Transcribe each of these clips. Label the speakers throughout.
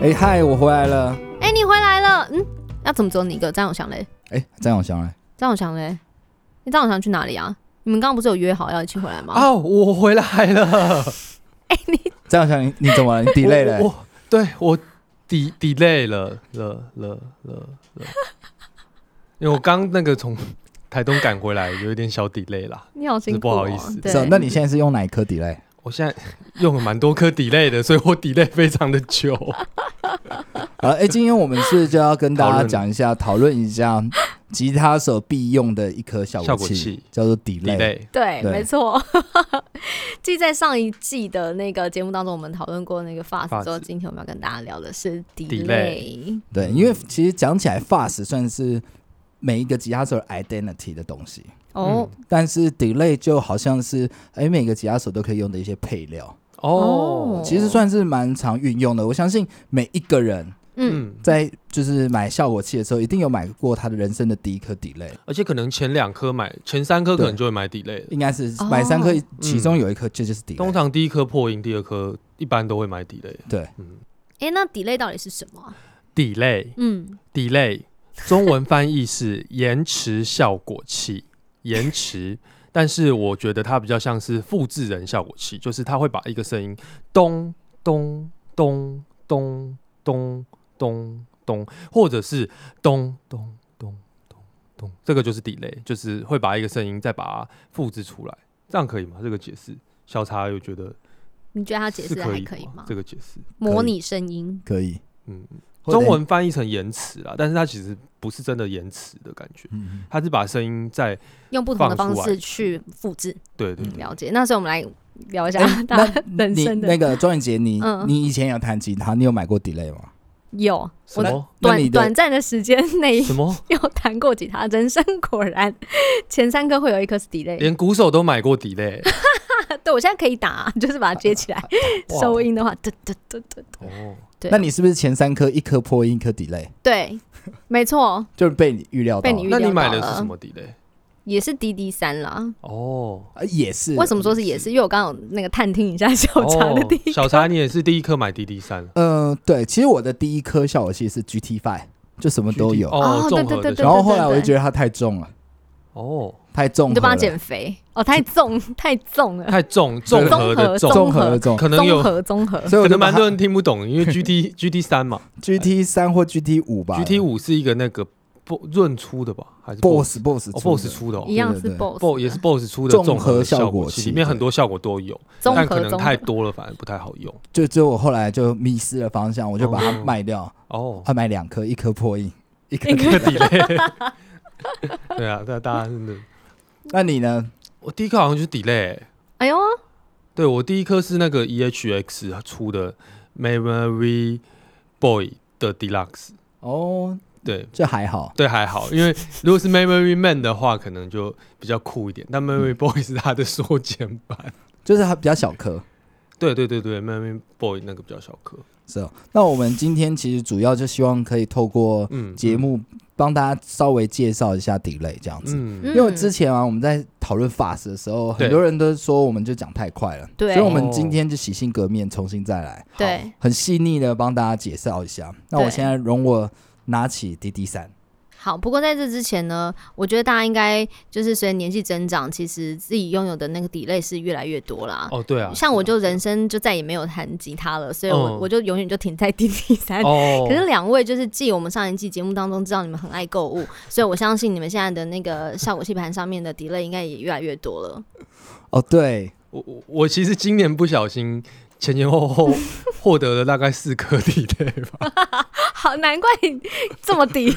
Speaker 1: 哎嗨，我回来了。
Speaker 2: 哎、你回来了，嗯，那怎么只有你一个？张永祥嘞？
Speaker 1: 哎，张永祥来
Speaker 2: 张永祥嘞？你张永祥去哪里啊？你们刚刚不是有约好要一起回来吗？
Speaker 3: 哦，我回来了，
Speaker 2: 哎、你
Speaker 1: 张永祥，你你怎么了？你 delay 了
Speaker 3: 我，？我对我 d delay 了了了了了，因为我刚那个从台东赶回来，有一点小 delay 啦。
Speaker 2: 你好辛苦、哦，
Speaker 3: 是不好意思
Speaker 2: 对
Speaker 1: 是啊，那你现在是用哪一颗 delay？
Speaker 3: 我现在用了蛮多颗 delay 的，所以我 delay 非常的久。
Speaker 1: 好了，哎，今天我们是就要跟大
Speaker 3: 讨
Speaker 1: 家
Speaker 3: 论
Speaker 1: 讲一下，讨论一下吉他手必用的一颗效
Speaker 3: 效
Speaker 1: 果
Speaker 3: 果
Speaker 1: 器
Speaker 3: 器，
Speaker 1: 叫做 delay。
Speaker 3: delay
Speaker 2: 对，
Speaker 1: 对
Speaker 2: 没错。 记在上一季的那个节目当中，我们讨论过那个 fast 之后，
Speaker 3: Fuzz
Speaker 2: 今天我们要跟大家聊的是
Speaker 3: Delay
Speaker 2: delay。
Speaker 1: 对，因为其实讲起来，fast 算是每一个吉他手的 identity 的东西，
Speaker 2: 哦，
Speaker 1: 但是 delay 就好像是哎每个吉他手都可以用的一些配料，
Speaker 2: 哦
Speaker 3: 哦，
Speaker 1: 其实算是蛮常运用的。我相信每一个人
Speaker 2: 嗯，
Speaker 3: 嗯，
Speaker 1: 在就是买效果器的时候，一定有买过他的人生的第一颗 delay，
Speaker 3: 而且可能前两颗买，前三颗可能就会买 delay 了。
Speaker 1: 应该是
Speaker 2: 哦
Speaker 1: 买三颗，
Speaker 3: 嗯
Speaker 1: 其中有一颗这就是 delay。
Speaker 3: 通常第一颗破音，第二颗一般都会买 delay。
Speaker 1: 对，
Speaker 3: 嗯
Speaker 2: 哎、那 delay 到底是什么啊、
Speaker 3: ，delay
Speaker 2: 嗯，
Speaker 3: delay，中文翻译是延迟效果器， 延迟。但是我觉得它比较像是复制人效果器，就是它会把一个声音咚咚咚咚咚咚咚，或者是咚咚咚咚咚，这个就是 delay，就是会把一个声音再把它复制出来，这样可以吗？这个解释，小茶有觉得
Speaker 2: 你觉得他解
Speaker 3: 是
Speaker 2: 释的还
Speaker 3: 以
Speaker 2: 可以吗？
Speaker 3: 这个解释，
Speaker 2: 模拟声音，
Speaker 1: 可以，
Speaker 3: 嗯，
Speaker 1: 或者
Speaker 3: 中文翻译成延迟啦，但是它其实不是真的延迟的感觉。
Speaker 1: 嗯
Speaker 3: 他是把声音在
Speaker 2: 用不同的
Speaker 3: 放
Speaker 2: 方
Speaker 3: 出来
Speaker 2: 式去复制。
Speaker 3: 对对
Speaker 1: 嗯
Speaker 2: 了解。那所以我们来聊一 下
Speaker 1: 哎
Speaker 2: 大家
Speaker 1: 那
Speaker 2: 人
Speaker 1: 你
Speaker 2: 生
Speaker 1: 那
Speaker 2: 的
Speaker 1: 个庄宇杰，你
Speaker 2: 嗯
Speaker 1: 你以前有弹吉他，你有买过 delay 吗？
Speaker 2: 有
Speaker 3: 什么
Speaker 1: 那
Speaker 2: 短
Speaker 1: 你
Speaker 2: 短
Speaker 1: 的
Speaker 2: 暂的时间内
Speaker 3: 什么，
Speaker 2: 有弹过吉他，人生果然前三颗会有一颗是 delay。
Speaker 3: 连鼓手都买过 delay
Speaker 2: 对我现在可以打，就是把它接起来，
Speaker 3: 哇
Speaker 2: 收音的话，对对对对
Speaker 3: 哦，
Speaker 2: 对
Speaker 1: 那你是不是前三颗一颗破音，一颗 delay，
Speaker 2: 对，没错，
Speaker 1: 就是被你预料到？
Speaker 2: 被你预
Speaker 3: 那你
Speaker 2: 料
Speaker 3: 买
Speaker 2: 到
Speaker 3: 的是什
Speaker 2: 了，
Speaker 3: 么 delay？
Speaker 2: 也是 DD 三啦。
Speaker 3: 哦，
Speaker 1: 呃也是
Speaker 2: 为什么说是也是？因为我刚刚有那个探听一下小茶的
Speaker 3: 哦
Speaker 2: 第一
Speaker 3: 小茶你也是第一颗买 DD 三，
Speaker 1: 呃，对，其实我的第一颗效果器是 GT Five，就什么都有。
Speaker 3: 哦，
Speaker 2: 对
Speaker 3: 综
Speaker 2: 对
Speaker 3: 合
Speaker 2: 对
Speaker 3: 的
Speaker 2: 对
Speaker 1: 然后后来我
Speaker 2: 对
Speaker 1: 就
Speaker 2: 对
Speaker 1: 觉得它太重了，
Speaker 3: 哦，
Speaker 1: 太重，
Speaker 2: 你就帮他，减肥哦，太重 太重了，
Speaker 3: 太重综合的
Speaker 2: 综
Speaker 3: 重，
Speaker 1: 综合的重，
Speaker 3: 可能
Speaker 2: 综
Speaker 3: 有
Speaker 2: 合综合，
Speaker 1: 所以我
Speaker 3: 可
Speaker 1: 就
Speaker 3: 能
Speaker 1: 把
Speaker 3: 蛮
Speaker 1: 它
Speaker 3: 多人听不懂，因为 GT GT 三嘛
Speaker 1: GT 三或 GT 五吧
Speaker 3: ，GT 五是一个那个 Bo- 润出的吧，还是
Speaker 1: Boss Boss
Speaker 3: 哦
Speaker 1: Boss
Speaker 3: Boss 出的哦
Speaker 2: 一样
Speaker 1: 对
Speaker 2: 是
Speaker 1: 对对
Speaker 2: boss，
Speaker 3: ，Boss 也是 Boss 出的
Speaker 1: 综
Speaker 3: 综
Speaker 1: 合
Speaker 3: 合
Speaker 1: 效
Speaker 3: 效
Speaker 1: 果
Speaker 3: 果
Speaker 1: 器
Speaker 3: 器，里面很多效果都有，
Speaker 2: 综
Speaker 3: 但可
Speaker 2: 合
Speaker 3: 能
Speaker 2: 综
Speaker 3: 太
Speaker 2: 合。
Speaker 3: 多了反而不太好用
Speaker 1: 就就我后来就迷失了方向，我就把它
Speaker 3: 哦
Speaker 1: 卖掉，
Speaker 3: 哦。
Speaker 1: 啊，买两颗，一颗破 音，一颗
Speaker 2: 一
Speaker 3: 这个 delay，对啊，那大家真的，
Speaker 1: 那你呢？
Speaker 3: 我第一颗好像就是 delay，
Speaker 2: 哎呦，
Speaker 3: 对我第一颗是那个 EHX 出的 Memory Boy 的 Deluxe，
Speaker 1: 哦，
Speaker 3: 对
Speaker 1: 这还好，
Speaker 3: 对还好，因为如果是 Memory Man 的话，可能就比较酷一点，但 Memory Boy 是它的缩减版。
Speaker 1: 就是它比较小颗，
Speaker 3: 对对对对，Memory Boy 那个比较小颗，
Speaker 1: 是哦。那我们今天其实主要就希望可以透过
Speaker 3: 嗯，
Speaker 1: 节目帮大家稍微介绍一下 delay 这样子，
Speaker 3: 嗯，
Speaker 1: 因为之前啊我们在讨论 fast 的时候，
Speaker 3: 对
Speaker 1: 很多人都说我们就讲太快了，
Speaker 2: 对
Speaker 1: 所以我们今天就洗心革面，重新再来，
Speaker 2: 对，
Speaker 1: 很细腻的帮大家介绍一下。那我
Speaker 2: 对
Speaker 1: 现在容我拿起 DD 三。
Speaker 2: 好，不过在这之前呢，我觉得大家应该就是随着年纪增长，其实自己拥有的那个 delay 是越来越多啦。
Speaker 3: 哦对啊，
Speaker 2: 像我就
Speaker 3: 对啊
Speaker 2: 人生就再也没有弹吉他了，所以我、
Speaker 3: 嗯
Speaker 2: 我就永远就停在 DD 三。
Speaker 3: 哦，
Speaker 2: 可是两位就是继我们上一季节目当中知道你们很爱购物，所以我相信你们现在的那个效果器盘上面的 delay 应该也越来越多了。
Speaker 1: 哦，对，
Speaker 3: 我我我其实今年不小心前前后后 获得了大概四颗 delay 吧，
Speaker 2: 好，难怪你这么 低。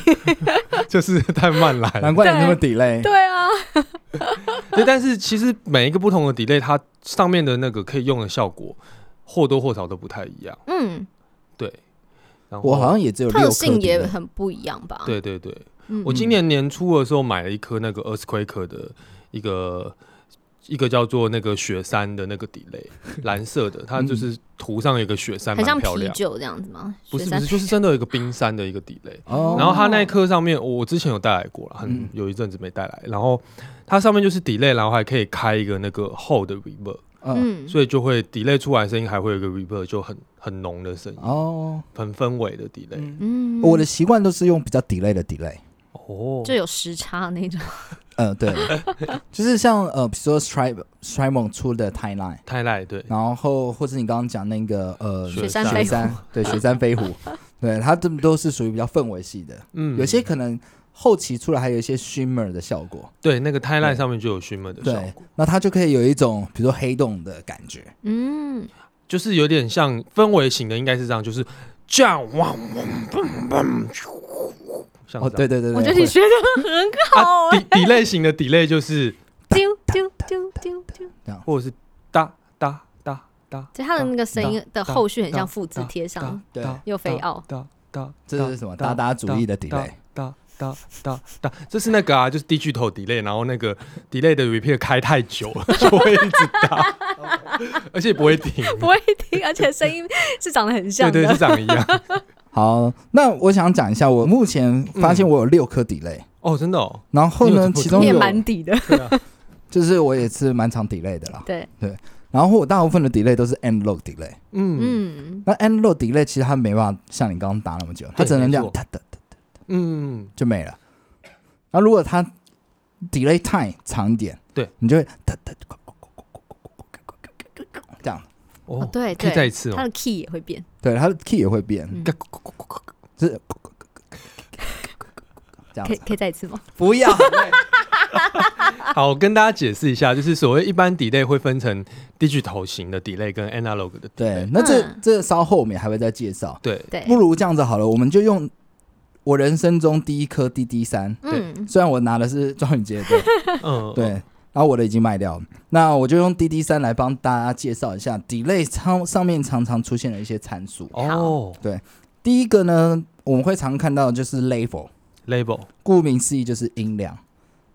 Speaker 3: 就是太慢来了，
Speaker 1: 难怪你那么 delay。
Speaker 2: 对啊，
Speaker 3: 对，但是其实每一个不同的 delay，它上面的那个可以用的效果或多或少都不太一样。
Speaker 2: 嗯，
Speaker 3: 对，然后
Speaker 1: 我好像也只有六颗
Speaker 2: 特性也
Speaker 1: delay
Speaker 2: 很不一样吧？，
Speaker 3: 对对对，
Speaker 2: 嗯
Speaker 3: 我今年年初的时候买了一颗那个 Earthquake 的一个一个叫做那个雪山的那个 delay，蓝色的，它
Speaker 1: 嗯
Speaker 3: 就是图上有一个雪山，
Speaker 2: 很
Speaker 3: 蛮
Speaker 2: 像
Speaker 3: 漂
Speaker 2: 啤
Speaker 3: 亮。
Speaker 2: 酒这样子吗？
Speaker 3: 不是
Speaker 2: 雪
Speaker 3: 不
Speaker 2: 山
Speaker 3: 是，就是真的有一个冰山的一个 delay。
Speaker 1: 哦，
Speaker 3: 然后它那一颗上面，我我之前有带来过了，
Speaker 1: 嗯
Speaker 3: 很有一阵子没带来。然后它上面就是 delay，然后还可以开一个那个厚的 reverb。
Speaker 1: 嗯，
Speaker 2: 嗯，
Speaker 3: 所以就会 delay 出来的声音还会有一个 reverb，就很很浓的声音，
Speaker 1: 哦，
Speaker 3: 很氛围的 delay。
Speaker 2: 嗯，
Speaker 1: 我的习惯都是用比较 delay 的 delay。
Speaker 3: 哦，
Speaker 2: 就有时差那种，
Speaker 1: 呃， 对，就是像呃，比如说 Stry Strymon 出的 Timeline，
Speaker 3: 太赖对，
Speaker 1: 然后或者你刚刚讲那个呃
Speaker 3: 雪
Speaker 2: 山
Speaker 1: 雪
Speaker 2: 飞
Speaker 1: 山，对雪山飞 狐，对它这都是属于比较氛围系的，
Speaker 3: 嗯，
Speaker 1: 有些可能后期出来还有一些 shimmer 的效果，
Speaker 3: 对那个太赖
Speaker 1: 对
Speaker 3: 上面就有 shimmer 的效
Speaker 1: 对
Speaker 3: 果，，
Speaker 1: 那它就可以有一种比如说黑洞的感觉，
Speaker 2: 嗯，
Speaker 3: 就是有点像氛围型的，应该是这样，就是这样哇，嗡嗡嘣嘣，
Speaker 1: 哦，对对对对，
Speaker 2: 我觉得你
Speaker 1: 会
Speaker 2: 学的很好哎、
Speaker 3: 底底类型的底类就是，
Speaker 2: 丢丢丢丢丢，
Speaker 3: 或者是哒哒哒哒，
Speaker 2: 就他的那个声音的后续很像复制贴上，
Speaker 1: 对
Speaker 3: 哒
Speaker 2: 又飞 奥
Speaker 3: 哒哒，
Speaker 1: 这是什么达达主义的 delay，
Speaker 3: 哒哒哒哒，这是那个啊，就是低巨头 delay，然后那个 delay 的 repeat 开太久了，就会一直打， 而且不会停，
Speaker 2: 不会听，而且声音是长得很像
Speaker 3: 对 对，
Speaker 2: 的
Speaker 3: 是。长一 样。
Speaker 1: 好，那我想讲一下，我目前发现我有六颗 delay，、
Speaker 3: 哦，真的哦，
Speaker 1: 然后
Speaker 3: 你有这
Speaker 1: 呢
Speaker 3: 么，多
Speaker 1: 其中
Speaker 2: 也
Speaker 1: 有
Speaker 2: 蛮底的，
Speaker 3: 对啊，
Speaker 1: 就是我也是蛮常 delay 的啦，
Speaker 2: 对，
Speaker 1: 然后我大部分的 delay 都是 end load delay，
Speaker 3: 嗯
Speaker 2: 嗯，
Speaker 1: 那 end load delay 其实它没办法像你刚刚打那么久，它
Speaker 3: 对
Speaker 1: 只能这
Speaker 3: 没
Speaker 1: 样
Speaker 3: 错
Speaker 1: 哒哒哒
Speaker 3: 嗯，
Speaker 1: 就没了。那如果它 delay time 长一点，
Speaker 3: 对，
Speaker 1: 你就会哒哒这样，
Speaker 2: 哦
Speaker 3: 哦，
Speaker 2: 对
Speaker 3: 可以再
Speaker 2: 对，
Speaker 3: 一次
Speaker 2: 他
Speaker 3: 哦
Speaker 2: 的，key 也会变，
Speaker 1: 对，它的 key 也会变，
Speaker 2: 嗯
Speaker 1: 就是这
Speaker 3: 啊
Speaker 1: 样
Speaker 2: 可以
Speaker 1: 子。
Speaker 2: 可以再一次吗？
Speaker 1: 不 要，
Speaker 3: 好，我跟大家解释一下，就是所谓一般 delay 会分成 digital 型的 delay 跟 analog 的 delay，
Speaker 1: 对，那这
Speaker 2: 嗯
Speaker 1: 这稍后面还会再介绍。
Speaker 3: 对，
Speaker 2: 对，
Speaker 1: 不如这样子好了，我们就用我人生中第一颗 DD 三，
Speaker 2: 嗯，
Speaker 1: 虽然我拿的是庄宇杰 的，
Speaker 3: 嗯，
Speaker 1: 对，然后我的已经卖掉了，那我就用 DD 三来帮大家介绍一下 delay 上上面常常出现的一些参数。
Speaker 3: 哦
Speaker 1: 第一个呢，我们会常看到的就是 level，
Speaker 3: ，label，
Speaker 1: 顾名思义就是音量，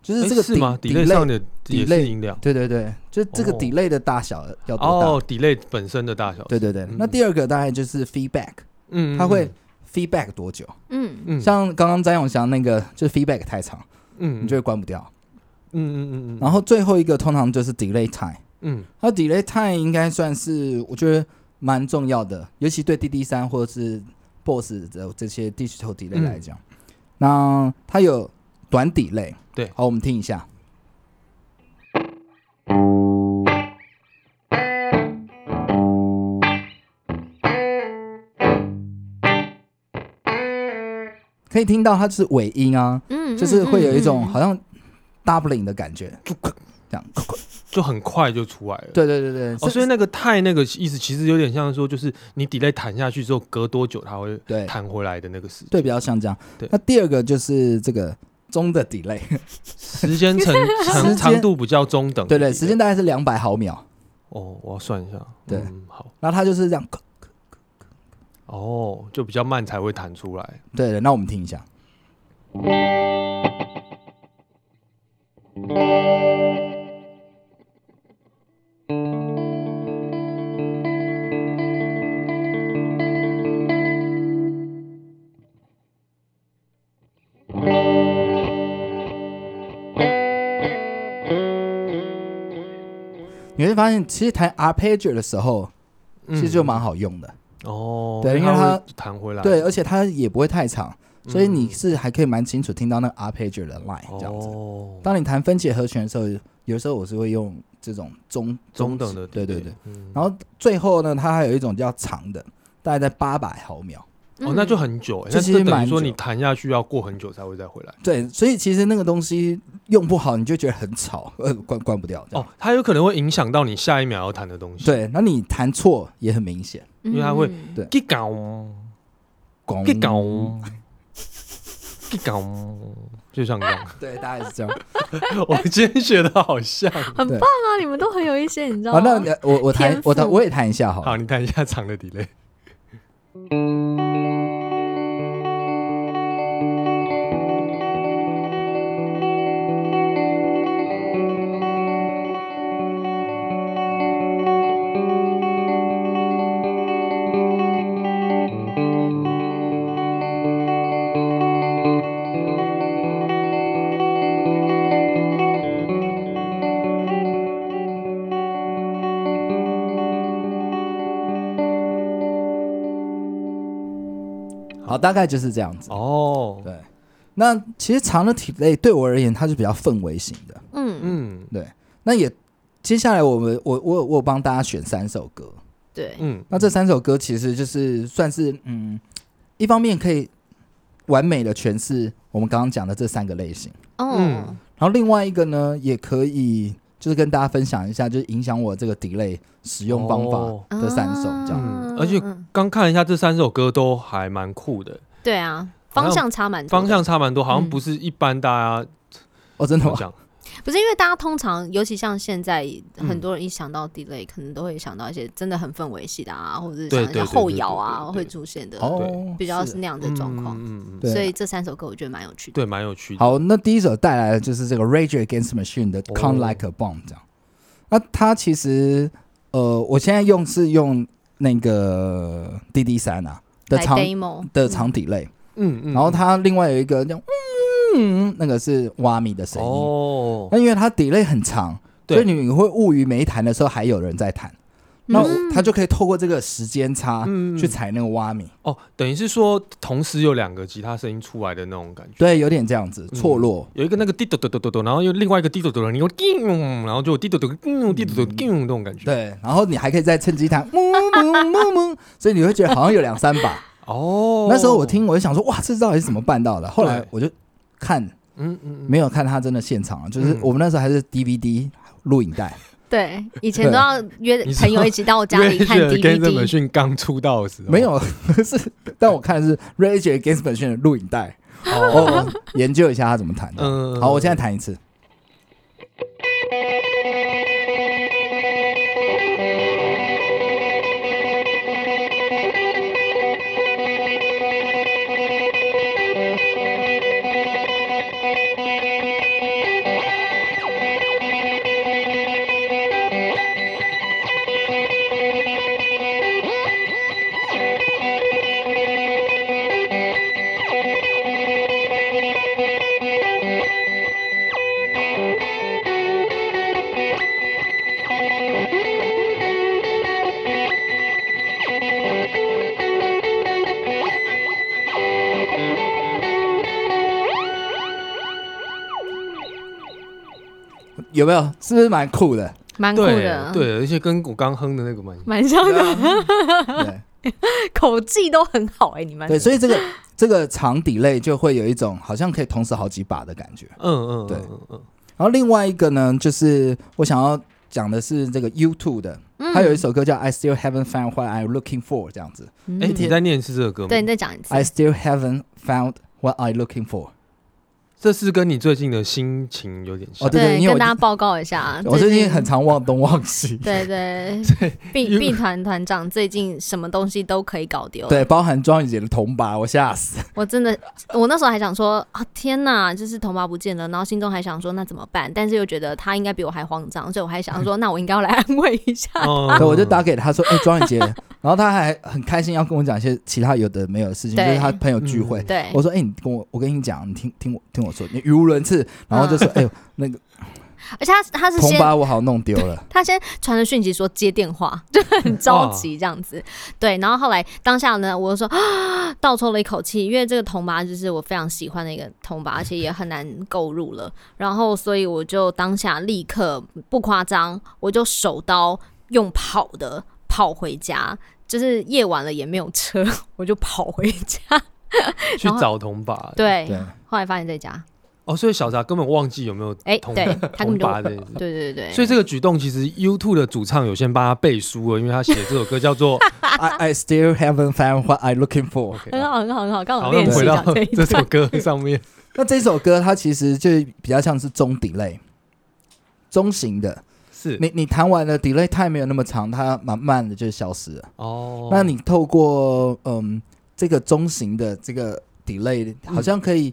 Speaker 1: 就是
Speaker 3: 诶
Speaker 1: 这个
Speaker 3: 是吗
Speaker 1: delay
Speaker 3: ？delay 上的也
Speaker 1: delay
Speaker 3: 是音量，
Speaker 1: 对对对，就这个
Speaker 3: 哦
Speaker 1: delay 的大小要多大？
Speaker 3: 哦，delay 本身的大小，
Speaker 1: 对对对。
Speaker 3: 嗯
Speaker 1: 那第二个大概就是 feedback，
Speaker 3: 嗯，嗯
Speaker 1: 它会 feedback 多久？
Speaker 2: 嗯，
Speaker 3: 嗯
Speaker 1: 像刚刚詹永祥那个，就是 feedback 太长，
Speaker 3: 嗯
Speaker 1: 你就会关不掉。
Speaker 3: 嗯嗯嗯嗯，
Speaker 1: 然后最后一个通常就是 delay time。
Speaker 3: 嗯
Speaker 1: 它 delay time 应该算是我觉得蛮重要的，尤其对 DD 三或者是 BOSS 的这些 digital delay
Speaker 3: 嗯
Speaker 1: 来讲。那它有短 delay，
Speaker 3: 对
Speaker 1: 好，我们听一下。可以听到它就是尾音啊，
Speaker 2: 嗯，
Speaker 1: 就是会有一种
Speaker 2: 嗯
Speaker 1: 好像 doubling 的感觉，这样。
Speaker 3: 就很快就出来了。
Speaker 1: 对对对对，
Speaker 3: 哦，
Speaker 1: 是
Speaker 3: 所以那个太那个意思，其实有点像说，就是你 delay 弹下去之后，隔多久它会
Speaker 1: 对
Speaker 3: 弹回来的那个时
Speaker 1: 对，比较像这样
Speaker 3: 对。
Speaker 1: 那第二个就是这个钟的 delay，
Speaker 3: 时间长
Speaker 1: 时
Speaker 3: 长
Speaker 1: 间
Speaker 3: 长度比较中等。
Speaker 1: 对对，时间。大概是两百毫秒，
Speaker 3: 哦，我要算一下。
Speaker 1: 对
Speaker 3: 嗯，好。
Speaker 1: 然后它就是这样，
Speaker 3: 哦，就比较慢才会弹出来。
Speaker 1: 对的。那我们听一下，你会发现，其实弹 arpeggio 的时候，
Speaker 3: 嗯
Speaker 1: 其实就蛮。好用的。
Speaker 3: 哦，
Speaker 1: 对因为
Speaker 3: 它
Speaker 1: 它
Speaker 3: 会弹回来。哦
Speaker 1: 对，而且它也不会太长，所以
Speaker 3: 嗯
Speaker 1: 你是还可以蛮清楚听到那个 arpeggio 的 line 这样子。
Speaker 3: 哦，
Speaker 1: 当你弹分解和弦的时候，有时候我是会用这种中
Speaker 3: 中等的。
Speaker 1: 对对对。。
Speaker 3: 嗯
Speaker 1: 然后最后呢，它还有一种叫长的，大概在八百毫秒。
Speaker 2: 嗯
Speaker 3: 哦，那就很久欸。
Speaker 1: 这
Speaker 3: 那
Speaker 1: 其实
Speaker 3: 就等于
Speaker 1: 蛮
Speaker 3: 说
Speaker 1: 久
Speaker 3: 你弹下去要过很久才会再回来。
Speaker 1: 对，所以其实那个东西用不好，你就觉得很吵， 呃，关关不掉这样。
Speaker 3: 哦，它有可能会影响到你下一秒要弹的东西。。
Speaker 1: 对，那你弹错也很明显。
Speaker 2: 因
Speaker 3: 因为它会
Speaker 1: 对
Speaker 3: 叽搞。
Speaker 1: 咣
Speaker 3: 给搞，给搞，就像这样。
Speaker 1: 对，大概是这样。
Speaker 3: 我今天学的好像。
Speaker 2: 很
Speaker 1: 对
Speaker 2: 棒啊！你们都很有一些，你知道
Speaker 3: 啊
Speaker 1: 好，
Speaker 2: 吗？
Speaker 1: 那呃我我弹
Speaker 2: 天赋
Speaker 1: 我弹我也弹一下好了
Speaker 3: 好，你看一下长的 delay。
Speaker 1: 好，大概就是这样子。
Speaker 3: 哦，
Speaker 1: 对，那其实长的体类对我而言，它是比较氛围型的。
Speaker 2: 嗯，
Speaker 3: 嗯
Speaker 1: 那也接下来我们我我有我有帮大家选三首歌，
Speaker 2: 对，
Speaker 3: 嗯，
Speaker 1: 那这三首歌其实就是算是嗯，一方面可以完美的诠释我们刚刚讲的这三个类型，
Speaker 2: 哦
Speaker 3: 嗯，
Speaker 1: 然后另外一个呢，也可以就是跟大家分享一下，就是影响我这个 delay 使用方法。
Speaker 3: 哦
Speaker 1: 这三首这样
Speaker 2: 啊
Speaker 3: 嗯而且
Speaker 2: 嗯
Speaker 3: 刚看了一下这三首歌都还蛮酷的，
Speaker 2: 对啊，
Speaker 3: 好像
Speaker 2: 方向差蛮多的
Speaker 3: 方向差蛮多，好像
Speaker 2: 嗯
Speaker 3: 不是一般大家
Speaker 1: 哦，真的
Speaker 3: 怎
Speaker 1: 吗
Speaker 3: 么？讲，
Speaker 2: 不是因为大家通常，尤其像现在
Speaker 3: 嗯
Speaker 2: 很多人一想到 delay，可能都会想到一些真的很氛围系的啊，或者是
Speaker 3: 对
Speaker 2: 想一
Speaker 3: 对
Speaker 2: 些
Speaker 3: 对
Speaker 2: 后摇啊
Speaker 3: 对对对对
Speaker 2: 会出现的，
Speaker 1: 哦，
Speaker 2: 比较
Speaker 1: 是
Speaker 2: 是那样的状况。
Speaker 3: 嗯嗯嗯嗯
Speaker 1: 对
Speaker 2: 所以这三首歌我觉得蛮有趣的。
Speaker 3: 对，蛮有趣的。
Speaker 1: 好，那第一首带来的就是这个 Rage Against the Machine 的
Speaker 3: 哦
Speaker 1: Count Like a Bomb 这样。那它其实呃，我现在用是用那个 DD 三啊的
Speaker 2: 来
Speaker 1: 长
Speaker 2: demo
Speaker 1: 的长底类，
Speaker 3: 嗯嗯
Speaker 1: 然后它另外有一个那种嗯，那个是蛙米的声音。
Speaker 3: 哦，
Speaker 1: 那因为它底类很长，
Speaker 3: 对
Speaker 1: 所以你会误于没弹的时候还有人在弹，那我
Speaker 2: 嗯
Speaker 1: 它就可以透过这个时间差
Speaker 3: 嗯
Speaker 1: 去踩那个蛙米，
Speaker 3: 哦，等于是说同时有两个吉他声音出来的那种感觉。
Speaker 1: 对，有点这样子
Speaker 3: 嗯
Speaker 1: 错落。
Speaker 3: 有一个那个滴嘟嘟嘟嘟嘟，然后又另外一个滴嘟嘟，你又叮，然后就滴嘟嘟叮滴嘟嘟叮那种感觉。
Speaker 1: 对，然后你还可以再趁机弹， 嗯嗯嗯嗯，所以你会觉得好像有两三把。
Speaker 3: 哦，
Speaker 1: 那时候我，听，我就想说，哇，这到底是怎么办到的？后来我就看，
Speaker 3: 嗯嗯，
Speaker 1: 没有看他真的现场，就是
Speaker 3: 嗯
Speaker 1: 我们那时候还是 DVD 录影带，
Speaker 2: 对，以前都要约
Speaker 3: 你说
Speaker 2: 朋友一起到我家里看
Speaker 3: 跟这
Speaker 2: DVD，
Speaker 3: 本训刚出道的时候，
Speaker 1: 没有是， 但我看的是 Rage Against the Machine 的录影带，我
Speaker 3: 哦，
Speaker 1: 我研究一下他怎么弹的。
Speaker 3: 嗯，
Speaker 1: 好，我现在弹一次。有没有？是不是蛮酷 的？
Speaker 2: 蛮酷的
Speaker 1: 嗯
Speaker 3: 对，啊对，而且跟我刚哼的那个蛮
Speaker 2: 蛮像的，
Speaker 1: 对
Speaker 2: 口技都很好哎，你们
Speaker 1: 对，所以这个这个长底类就会有一种好像可以同时好几把的感觉。
Speaker 3: 嗯嗯，嗯嗯，
Speaker 1: 然后另外一个呢，就是我想要讲的是这个 U Two 的，
Speaker 2: 嗯
Speaker 1: 它有一首歌叫 I Still Haven't Found What I'm Looking For 这样子。
Speaker 3: 哎，
Speaker 2: 嗯
Speaker 3: 你在念是这个歌吗？
Speaker 2: 对，你，再讲一次
Speaker 1: I，still haven't found what I looking for。
Speaker 3: 这是跟你最近的心情有点像
Speaker 1: 哦，对对，因为
Speaker 2: 跟
Speaker 1: 我
Speaker 2: 大家报告一下，啊
Speaker 1: 我最近很常忘东忘西，
Speaker 2: 对对
Speaker 3: 因为
Speaker 2: ，B B 团团长最近什么东西都可以搞丢。
Speaker 1: 对，包含庄宇姐的铜把，我吓死。
Speaker 2: 我真的，我那时候还想说啊，天哪，就是头发不见了，然后心中还想说那怎么办？但是又觉得他应该比我还慌张，所以我还想说，那我应该要来安慰一下。
Speaker 3: 哦
Speaker 1: 对，我就打给他说：“哎，庄宇姐。” 然后他还很开心要跟我讲一些其他有的没有的事情，就
Speaker 2: 对
Speaker 1: 是他朋友聚会
Speaker 3: 嗯。
Speaker 2: 对
Speaker 1: 我，说：“哎，你跟我，我跟你讲，你听听我听我说，你语无伦次。”然后就说：“ 哎呦，那个
Speaker 2: 而且他他是
Speaker 1: 铜
Speaker 2: 先
Speaker 1: 把我好像弄丢了。”
Speaker 2: 他先传了讯息说接电话， 就很着急这样子。对，然后后来当下呢，我就说啊，倒抽了一口气，因为这个铜拔就是我非常喜欢的一个铜拔，而且也很难购入了。然后，所以我就当下立刻不夸张，我就手刀用跑的跑回家。就是夜晚了也没有车， 我就跑回家。哎
Speaker 3: 去找铜把，
Speaker 2: 对，
Speaker 1: 对，
Speaker 2: 后来发现在家。
Speaker 3: 哦，所以小杂根本忘记有没有
Speaker 2: 哎、
Speaker 3: 铜
Speaker 2: 对他根本
Speaker 3: 铜
Speaker 2: 就
Speaker 3: 把这件事。
Speaker 2: 对对对
Speaker 3: 所以这个举动其实 U Two 的主唱有先帮他背书了，因为他写这首歌叫 做
Speaker 1: I I still haven't found what I looking for。
Speaker 3: OK，
Speaker 2: 很好很好很好，刚
Speaker 3: 好，
Speaker 2: 好
Speaker 3: 那
Speaker 2: 练
Speaker 3: 我们
Speaker 2: 习
Speaker 3: 回
Speaker 2: 到
Speaker 3: 到
Speaker 2: 这一
Speaker 3: 这
Speaker 2: 段。
Speaker 3: 首歌上面。
Speaker 1: 那这首歌它其实就是比较像是中 delay，中型的。
Speaker 3: 是
Speaker 1: 你你弹完了 delay time 没有那么长，它慢慢的就消失了。
Speaker 3: 哦，
Speaker 1: 那你透过嗯这个中型的这个 delay，
Speaker 3: 嗯
Speaker 1: 好像可以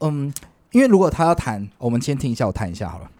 Speaker 1: 嗯因为如果他要弹，我们先听一下，我弹一下好了。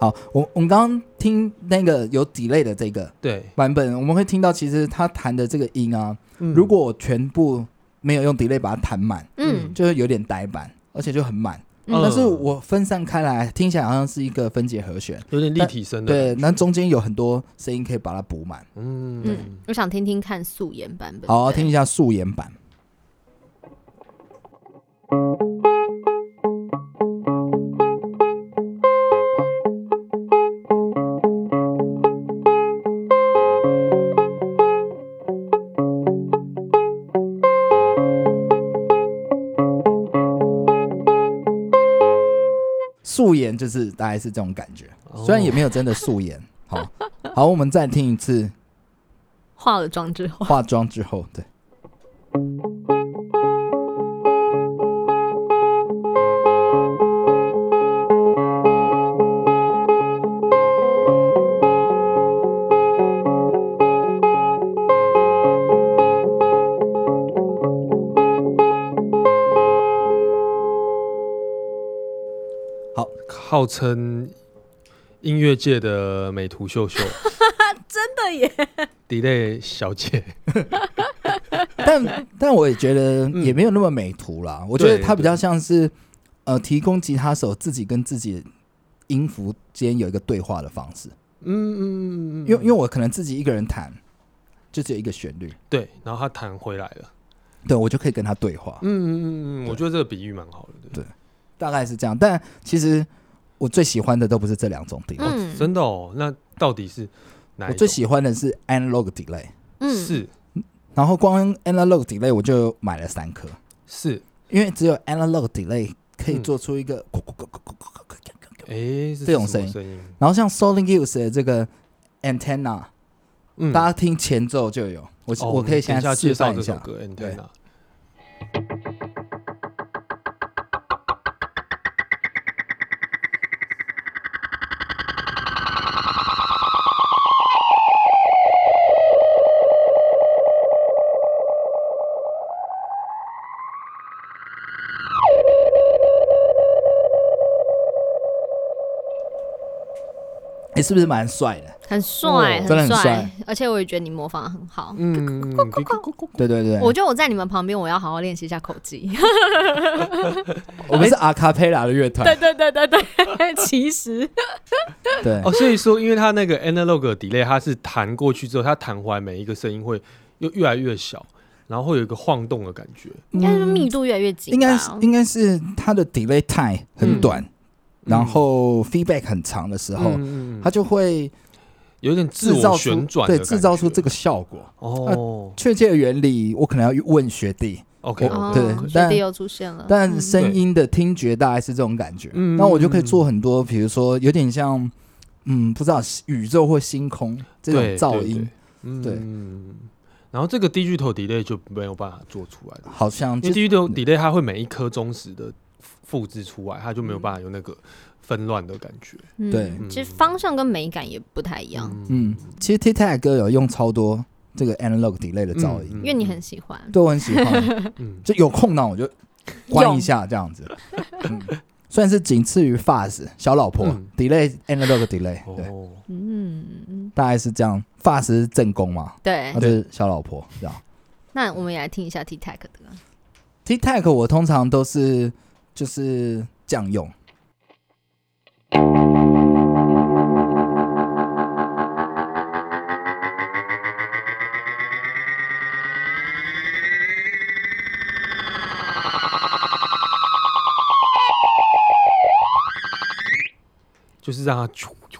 Speaker 1: 好，好，我我们刚刚听那个有 delay 的这个
Speaker 3: 对，
Speaker 1: 版本，我们会听到其实他弹的这个音啊，
Speaker 3: 嗯
Speaker 1: 如果我全部没有用 delay 把它弹满，
Speaker 2: 嗯
Speaker 1: 就会有点呆板，而且就很满。
Speaker 2: 嗯
Speaker 1: 但是我分散开来，听起来好像是一个分解和弦，
Speaker 3: 有点立体声的，
Speaker 1: 对，那中间有很多声音可以把它补满。
Speaker 3: 嗯
Speaker 2: 嗯，我想听听看素颜版本。
Speaker 1: 好，
Speaker 2: 对
Speaker 1: 听一下素颜版。素颜就是大概是这种感觉，
Speaker 3: 哦
Speaker 1: 虽然也没有真的素颜。好，好，我们再听一次
Speaker 2: 化了妆之后，
Speaker 1: 化妆之后，对。
Speaker 3: 号称音乐界的美图秀秀
Speaker 2: 真的耶！
Speaker 3: delay 小姐，
Speaker 1: 但但我也觉得也没有那么美图啦，我觉得它比较像是呃提供吉他手自己跟自己音符间有一个对话的方式，
Speaker 3: 嗯嗯嗯嗯，
Speaker 1: 因为因为
Speaker 3: 为
Speaker 1: 我可能自己一个人弹，就只有一个旋律，
Speaker 3: 对，然后她弹回来了，
Speaker 1: 对我就可以跟他对话，
Speaker 3: 嗯嗯嗯嗯，
Speaker 1: 对
Speaker 3: 我觉得这个比喻蛮好的，对，
Speaker 1: 大概是这样。但其实我最喜欢的都不是这两种 delay，、
Speaker 2: 嗯
Speaker 3: 真的哦，那到底是哪
Speaker 1: 我
Speaker 3: 一种？
Speaker 1: 最喜欢的是 analog delay，
Speaker 2: 嗯，
Speaker 3: 是
Speaker 1: 然后光 analog delay 我就买了三颗，
Speaker 3: 是，
Speaker 1: 因为只有 analog delay 可以做出一个咕咕咕咕咕咕咕咕咕咕咕
Speaker 3: 哎，是
Speaker 1: 这种
Speaker 3: 什么
Speaker 1: 声
Speaker 3: 声音，
Speaker 1: 然后像 Solid Use 的这个 antenna。
Speaker 3: 嗯
Speaker 1: 大家听前奏就有。我、
Speaker 3: 哦
Speaker 1: 我可以
Speaker 3: 你等
Speaker 1: 现在
Speaker 3: 一下
Speaker 1: 示
Speaker 3: 介
Speaker 1: 范
Speaker 3: 绍
Speaker 1: 一
Speaker 3: 这
Speaker 1: 下，
Speaker 3: 首歌
Speaker 1: 对
Speaker 3: Antenna，
Speaker 1: 哎、是不是蛮帅的？
Speaker 2: 很帅，
Speaker 3: 哦
Speaker 1: 真的很
Speaker 2: 帅
Speaker 1: 帅，
Speaker 2: 而且我也觉得你模仿得很好。
Speaker 3: 嗯，咕咕咕咕咕
Speaker 1: 对对对，
Speaker 2: 我觉得我在你们旁边，我要好好练习一下口技。
Speaker 1: 嗯我们是阿卡贝拉的乐团
Speaker 2: 对，对对对对， 其实
Speaker 1: 对
Speaker 3: 哦，所以说，因为它那个 analog 的 delay，它是弹过去之后，它弹回来每一个声音会又越来越小，然后会有一个晃动的感觉。
Speaker 2: 应该是密度越来越紧
Speaker 1: 应
Speaker 2: 吧，哦
Speaker 1: 该是应该是它的 delay time 很短，然后 feedback 很长的时候，
Speaker 3: 嗯嗯嗯
Speaker 1: 它就会
Speaker 3: 有点自
Speaker 1: 制造
Speaker 3: 我
Speaker 1: 出
Speaker 3: 旋转的
Speaker 1: 对
Speaker 3: 感觉，
Speaker 1: 制造出这个效果。
Speaker 3: 哦
Speaker 1: 确切的原理我可能要问学弟，
Speaker 3: ，OK，
Speaker 2: 哦，
Speaker 1: 对
Speaker 2: 学
Speaker 1: 但
Speaker 2: 弟又出现了，
Speaker 1: 但
Speaker 2: 嗯
Speaker 1: 声音的听觉大概是这种感觉。
Speaker 3: 嗯
Speaker 1: 那我就可以做很多，比如说有点像，嗯，不知道宇宙或星空这种噪音，，
Speaker 3: 对
Speaker 1: 对
Speaker 3: 对对嗯，然后这个 digital delay 就没有办法做出来了，
Speaker 1: 好像
Speaker 3: 因
Speaker 1: 就
Speaker 3: 为 digital delay 它会每一颗钟时的复制出来，它就没有办法有那个纷乱的感觉。
Speaker 2: 嗯
Speaker 1: 对
Speaker 2: 其实方向跟美感也不太一样，
Speaker 1: 嗯，其实 T T 的歌有用超多这个 analog delay 的噪音，
Speaker 3: 嗯
Speaker 2: 因为你很喜欢，
Speaker 1: 对我很喜欢，
Speaker 3: 嗯
Speaker 1: 就有空档我就关一下这样 子。嗯算是仅次于 Fast 小老婆、
Speaker 3: 嗯
Speaker 1: delay analog delay，、对，
Speaker 3: 哦，
Speaker 2: 嗯，
Speaker 1: 大概是这样。Fast 是正宫嘛，
Speaker 3: 嗯
Speaker 2: 对
Speaker 1: 那。就是小老婆这样。
Speaker 2: 那我们也来听一下 T Tech 的歌，
Speaker 1: T t a c 我通常都是就是这样用。
Speaker 3: 就是让它啾啾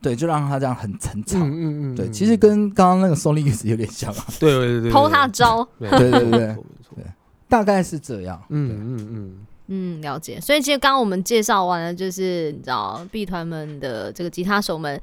Speaker 1: 对，就让它这样很沉
Speaker 3: 嗯
Speaker 1: 吵。
Speaker 3: 嗯嗯，
Speaker 1: 对，
Speaker 3: 嗯
Speaker 1: 其实跟刚刚那个 Sony Youth 有点像啊，
Speaker 3: 对对对对，
Speaker 2: 偷他的招，
Speaker 3: 对
Speaker 1: 对对对
Speaker 3: 没错没错
Speaker 1: 对大概是这样。嗯，
Speaker 3: 嗯嗯
Speaker 2: 嗯，了解。所以其实刚刚我们介绍完了，就是你知道 B 团们的这个吉他手们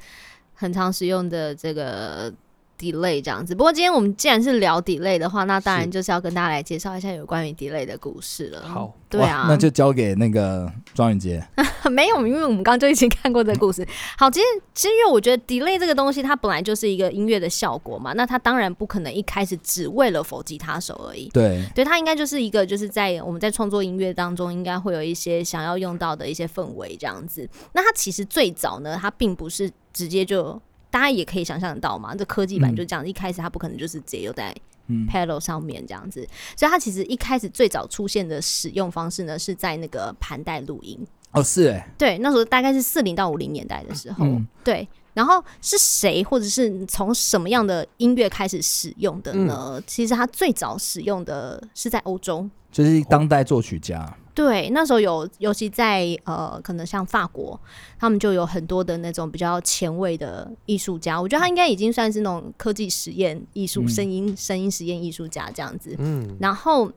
Speaker 2: 很常使用的这个 delay 这样子。不过今天我们既然是聊 delay 的话，那当然
Speaker 3: 是
Speaker 2: 就是要跟大家来介绍一下有关于 delay 的故事了。
Speaker 3: 好，
Speaker 2: 对啊
Speaker 1: 哇，那就交给那个庄宇杰。
Speaker 2: 没有，因为我们刚刚就已经看过这个故
Speaker 1: 嗯
Speaker 2: 事。 好，其实其实因为我觉得 delay 这个东西，它本来就是一个音乐的效果嘛，那它当然不可能一开始只为了否吉他手而已。
Speaker 1: 对，
Speaker 2: 对，它应该就是一个就是在我们在创作音乐当中，应该会有一些想要用到的一些氛围这样子。那它其实最早呢，它并不是直接就。大家也可以想象得到嘛，这科技版
Speaker 1: 嗯
Speaker 2: 就这样，一开始它不可能就是直接就在
Speaker 1: 嗯，
Speaker 2: pedal 上面这样子，所以它其实一开始最早出现的使用方式呢，是在那个盘带录音。
Speaker 1: 哦，是哎、
Speaker 2: 对，那时候大概是四零到五零年代的时候，
Speaker 1: 嗯
Speaker 2: 对。然后是谁，或者是从什么样的音乐开始使用的呢？
Speaker 1: 嗯
Speaker 2: 其实他最早使用的是在欧洲，
Speaker 3: 哦
Speaker 1: 就是当代作曲家，
Speaker 2: 对，那时候有，尤其在呃，可能像法国，他们就有很多的那种比较前卫的艺术家。我觉得他应该已经算是那种科技实验艺术、
Speaker 1: 嗯
Speaker 2: 声音声音实验艺术家这样子。
Speaker 3: 嗯，
Speaker 2: 然后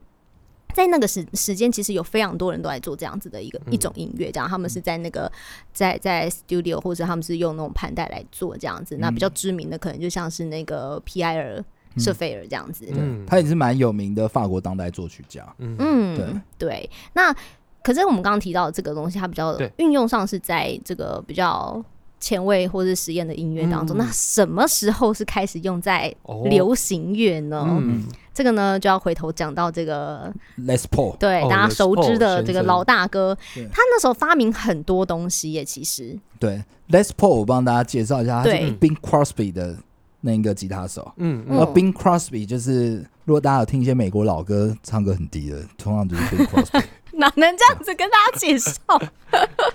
Speaker 2: 在那个时时间，其实有非常多人都在做这样子的一个、
Speaker 3: 嗯
Speaker 2: 一种音乐，这样他们是在那个在在 studio 或者他们是用那种盘带来做这样子。那比较知名的可能就像是那个皮埃尔
Speaker 1: 嗯
Speaker 2: 舍菲尔这样子。
Speaker 3: 嗯
Speaker 1: 他也是蛮有名的法国当代作曲家。
Speaker 3: 嗯
Speaker 2: 嗯，
Speaker 1: 对
Speaker 2: 对那可是我们刚刚提到的这个东西，它比较
Speaker 3: 对
Speaker 2: 运用上是在这个比较前卫或是实验的音乐当中。
Speaker 3: 嗯
Speaker 2: 那什么时候是开始用在
Speaker 3: 哦
Speaker 2: 流行乐呢？
Speaker 3: 嗯
Speaker 2: 这个呢，就要回头讲到这个
Speaker 1: Les Paul，
Speaker 2: 对、
Speaker 3: 哦
Speaker 2: 大家熟知
Speaker 3: 有
Speaker 2: 的
Speaker 3: 哦
Speaker 2: 这
Speaker 3: 先
Speaker 2: 个
Speaker 3: 生
Speaker 2: 老大哥，
Speaker 1: 对
Speaker 2: 他那时候发明很多东西耶，其实
Speaker 1: 对，Les Paul，我帮大家介绍一下，他是
Speaker 2: 对
Speaker 1: Bing Crosby 的那个吉他手。
Speaker 3: 嗯
Speaker 1: 然
Speaker 3: 嗯，
Speaker 2: 哦
Speaker 1: 后 Bing Crosby 就是，如果大家有听一些美国老歌，唱歌很低的，通常就是 Bing Crosby
Speaker 2: 哪能这样子跟大家介 绍？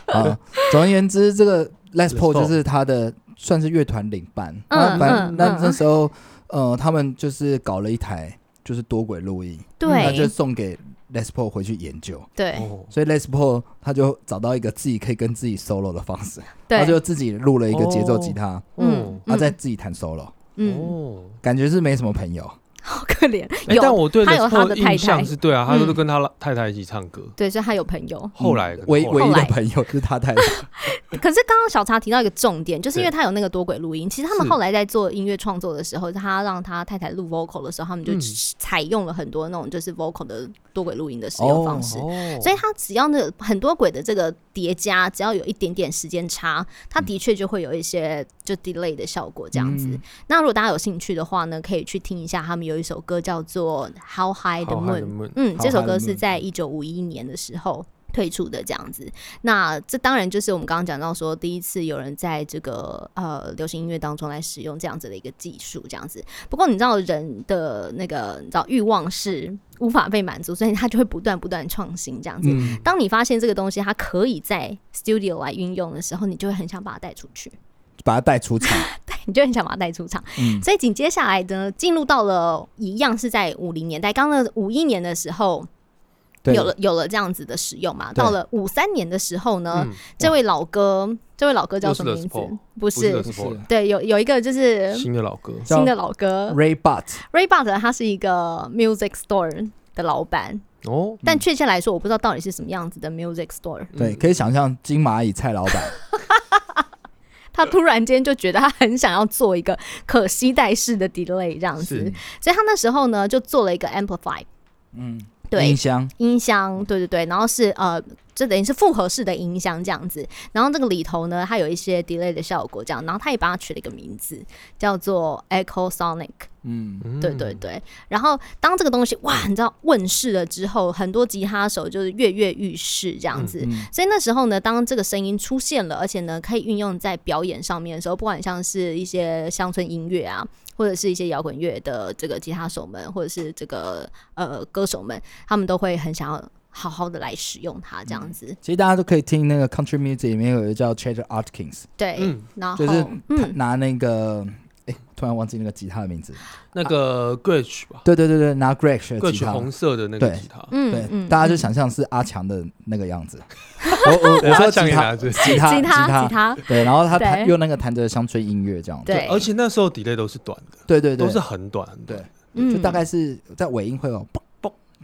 Speaker 3: 嗯
Speaker 1: 啊。总而言之，这个 Les
Speaker 3: Les
Speaker 1: Paul
Speaker 3: Paul
Speaker 1: 就是他的算是乐团领班。
Speaker 2: 嗯
Speaker 1: 那反
Speaker 2: 嗯
Speaker 1: 那
Speaker 2: 嗯
Speaker 1: 那时候，呃，他们就是搞了一台就是多轨录音，那就
Speaker 2: 对
Speaker 1: 送给 Les Paul 回去研究。
Speaker 2: 对
Speaker 3: 哦
Speaker 1: 所以 Les Paul 他就找到一个自己可以跟自己 solo 的方式，他
Speaker 2: 对，
Speaker 1: 就自己录了一个节奏吉他，
Speaker 2: 嗯
Speaker 3: 嗯，
Speaker 1: 他再自己弹 solo，
Speaker 2: 嗯，
Speaker 3: 哦，
Speaker 1: 感觉是没什么朋友。
Speaker 2: 好可怜，
Speaker 3: 哎，
Speaker 2: 有
Speaker 3: 但我对
Speaker 2: 他有
Speaker 3: Les
Speaker 2: 他的
Speaker 3: Paul
Speaker 2: 太
Speaker 3: 印象
Speaker 2: 太
Speaker 3: 是对啊，他
Speaker 2: 嗯
Speaker 3: 都跟他太太一起唱歌，
Speaker 2: 对，所以他有朋友。
Speaker 3: 后来
Speaker 1: 嗯唯唯
Speaker 2: 后
Speaker 1: 一
Speaker 2: 来
Speaker 1: 的朋友就是 他太太。
Speaker 2: 可是刚刚小茶提到一个重点，就是因为
Speaker 3: 对
Speaker 2: 他有那个多轨录音，其实他们
Speaker 3: 是
Speaker 2: 后来在做音乐创作的时候，他让他太太录 vocal 的时候，他们就
Speaker 3: 嗯
Speaker 2: 采用了很多那种就是 vocal 的多轨录音的使用方式。
Speaker 3: 哦，
Speaker 2: 所以他只要那个很多轨的这个叠加，只要有一点点时间差，它的确就会有一些就 delay 的效果这样子。
Speaker 1: 嗯
Speaker 2: 那如果大家有兴趣的话呢，可以去听一下他们有一首歌叫做《How High the
Speaker 3: 好嗨
Speaker 2: Moon》
Speaker 3: 的。梦，
Speaker 2: 嗯，
Speaker 1: 好
Speaker 2: 这首
Speaker 1: 还
Speaker 2: 歌
Speaker 1: 有
Speaker 2: 是
Speaker 1: 你
Speaker 2: 在一九五一年的时候推出的，这样子。那这当然就是我们刚刚讲到说，第一次有人在这个呃流行音乐当中来使用这样子的一个技术，这样子。不过你知道人的那个你知道欲望是无法被满足，所以他就会不断不断创新这样子。
Speaker 3: 嗯，
Speaker 2: 当你发现这个东西它可以在 studio 来运用的时候，你就会很想把它带出去，
Speaker 1: 把他带出场。
Speaker 2: 你就很想把它带出场。
Speaker 1: 嗯，
Speaker 2: 所以紧接下来呢，进入到了一样是在五零年代，刚刚五一年的时候，
Speaker 1: 对，
Speaker 2: 有了有了这样子的使用嘛。
Speaker 1: 对
Speaker 2: 到了五三年的时候呢，
Speaker 3: 嗯
Speaker 2: 这位老哥，这位老哥叫
Speaker 3: 又
Speaker 2: 什
Speaker 3: 是
Speaker 2: 么
Speaker 3: Les
Speaker 2: 名字
Speaker 3: Paul，？
Speaker 2: 不
Speaker 3: 不是
Speaker 2: 是，
Speaker 3: Les Paul
Speaker 2: 对，有有一个就是
Speaker 3: 新的老歌，
Speaker 1: 叫
Speaker 2: 新的老哥
Speaker 1: Ray Butt，
Speaker 2: Ray Bart，他是一个 music store 的老板，
Speaker 3: 哦，
Speaker 2: 但确切来说，我不知道到底是什么样子的 music store。
Speaker 1: 对，
Speaker 3: 嗯
Speaker 1: 可以想象金蚂蚁蔡老板，
Speaker 2: 他突然间就觉得他很想要做一个可携带式的 delay 这样子
Speaker 3: 是，
Speaker 2: 所以他那时候呢就做了一个 amplify。
Speaker 1: 嗯，
Speaker 2: 对
Speaker 1: 音，箱，
Speaker 2: 音箱，对对对，然后是呃，这等于是复合式的音箱这样子。然后这个里头呢，它有一些 delay 的效果，这样。然后它也帮它取了一个名字，叫做 Echo Sonic。
Speaker 1: 嗯，
Speaker 3: 嗯
Speaker 2: 对对，对。然后当这个东西哇，你知道问世了之后，很多吉他手就是跃跃欲试这样子。
Speaker 1: 嗯
Speaker 2: 所以那时候呢，当这个声音出现了，而且呢，可以运用在表演上面的时候，不管像是一些乡村音乐啊，或者是一些摇滚乐的这个吉他手们，或者是这个呃歌手们，他们都会很想要好好的来使用它，这样子。
Speaker 1: 其实大家都可以听那个 country music 里面有一个叫 Chad Atkins，
Speaker 2: 对，
Speaker 3: 嗯，
Speaker 2: 然后、
Speaker 1: 就是他
Speaker 2: 嗯，
Speaker 1: 拿那个，哎，突然忘记那个吉他的名字，
Speaker 3: 那个 Gretsch 吧
Speaker 1: 对对对对，拿 Gretsch 的吉
Speaker 3: ，Gretsch
Speaker 1: 他，
Speaker 3: 红色的那个
Speaker 1: 对
Speaker 3: 吉他，
Speaker 2: 嗯
Speaker 1: 对，
Speaker 2: 嗯，
Speaker 1: 大家就想象是阿强的那个样子。我我我说吉他，
Speaker 3: 对
Speaker 1: 吉他，
Speaker 2: 嗯
Speaker 1: 吉
Speaker 2: 吉他吉
Speaker 1: 他，
Speaker 2: 他，
Speaker 1: 对，然后他
Speaker 2: 对
Speaker 1: 弹用那个弹着乡村音乐这样，
Speaker 2: 对，
Speaker 3: 而且那时候 delay 都是短的，
Speaker 1: 对对对，
Speaker 3: 都是很短，很短
Speaker 1: 对，
Speaker 2: 嗯
Speaker 1: 就大概是在尾音会有，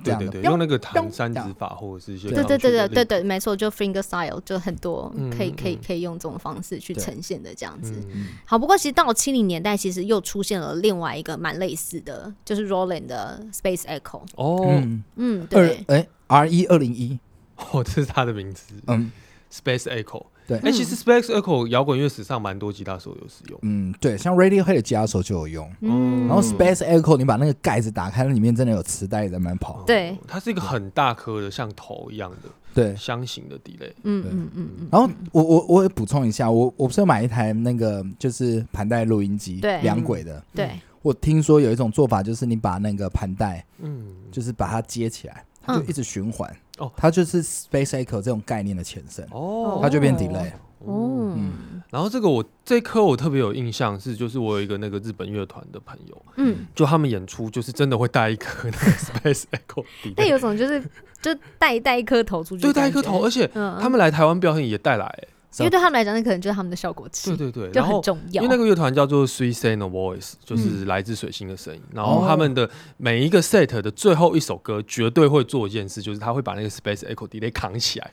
Speaker 1: 这
Speaker 3: 对
Speaker 1: 样
Speaker 3: 对
Speaker 1: 的。
Speaker 3: 对，用那个弹
Speaker 1: 咚
Speaker 3: 三指
Speaker 1: 这样
Speaker 3: 法或者是一些
Speaker 2: 对对对对对
Speaker 3: 对，啊
Speaker 2: 对，没错，就 finger style 就很多
Speaker 3: 嗯
Speaker 2: 可以可以
Speaker 3: 嗯
Speaker 2: 可以用这种方式去
Speaker 1: 对
Speaker 2: 呈现的这样子。
Speaker 3: 嗯，
Speaker 2: 好，不过其实到七零年代，其实又出现了另外一个蛮类似的，就是 Roland 的 Space Echo。
Speaker 3: 哦，
Speaker 1: 嗯，
Speaker 2: 嗯，
Speaker 1: 二
Speaker 2: 对，
Speaker 1: 哎 R 一二零一，
Speaker 3: 哦，这是他的名字
Speaker 1: 嗯
Speaker 3: ，Space Echo。
Speaker 1: 对
Speaker 3: 哎，其实 Space Echo 摇滚乐史上蛮多吉他手有使用，
Speaker 1: 嗯，对，像 Radiohead 加手就有用，
Speaker 2: 嗯，
Speaker 1: 然后
Speaker 3: 嗯
Speaker 1: Space Echo 你把那个盖子打开，那里面真的有磁带在那边跑。
Speaker 2: 对，
Speaker 3: 它是一个很大颗的，像头一样的
Speaker 1: 对，
Speaker 3: 箱型的 delay。
Speaker 2: 嗯
Speaker 1: 对
Speaker 2: 嗯嗯嗯，
Speaker 1: 然后我我我也补充一下，我我不是有买一台那个就是盘带录音机
Speaker 2: 对，
Speaker 1: 两轨的。
Speaker 2: 对，
Speaker 1: 我听说有一种做法，就是你把那个盘带，
Speaker 3: 嗯，
Speaker 1: 就是把它接起来，它
Speaker 2: 嗯
Speaker 1: 就一直循环。
Speaker 3: 哦
Speaker 1: 它就是 Space Echo 这种概念的前身，
Speaker 3: 哦，
Speaker 1: 它就变 delay。
Speaker 3: 哦。
Speaker 2: 哦，嗯
Speaker 3: 然后这个我这一颗我特别有印象是，就是我有一个那个日本乐团的朋友，
Speaker 2: 嗯，
Speaker 3: 就他们演出就是真的会带一颗那个 Space Echo
Speaker 2: 但
Speaker 3: delay，
Speaker 2: 有种就是 就带带一颗头出去，
Speaker 3: 对，带一颗头，，而且
Speaker 2: 嗯，
Speaker 3: 他们来台湾表演也带来、欸
Speaker 2: 因为对他们来讲，那可能就是他们的效果器
Speaker 3: 对，对对，
Speaker 2: 就
Speaker 3: 然
Speaker 2: 很
Speaker 3: 后。
Speaker 2: 重
Speaker 3: 因
Speaker 2: 要
Speaker 3: 为。那个乐团叫做 Three s a n
Speaker 1: 嗯
Speaker 3: d Voice，就是来自水星的声音。然后他们的每一个 set 的最后一首歌，绝对会做一件事，就是他会把那个 Space Echo Delay 扛起 来，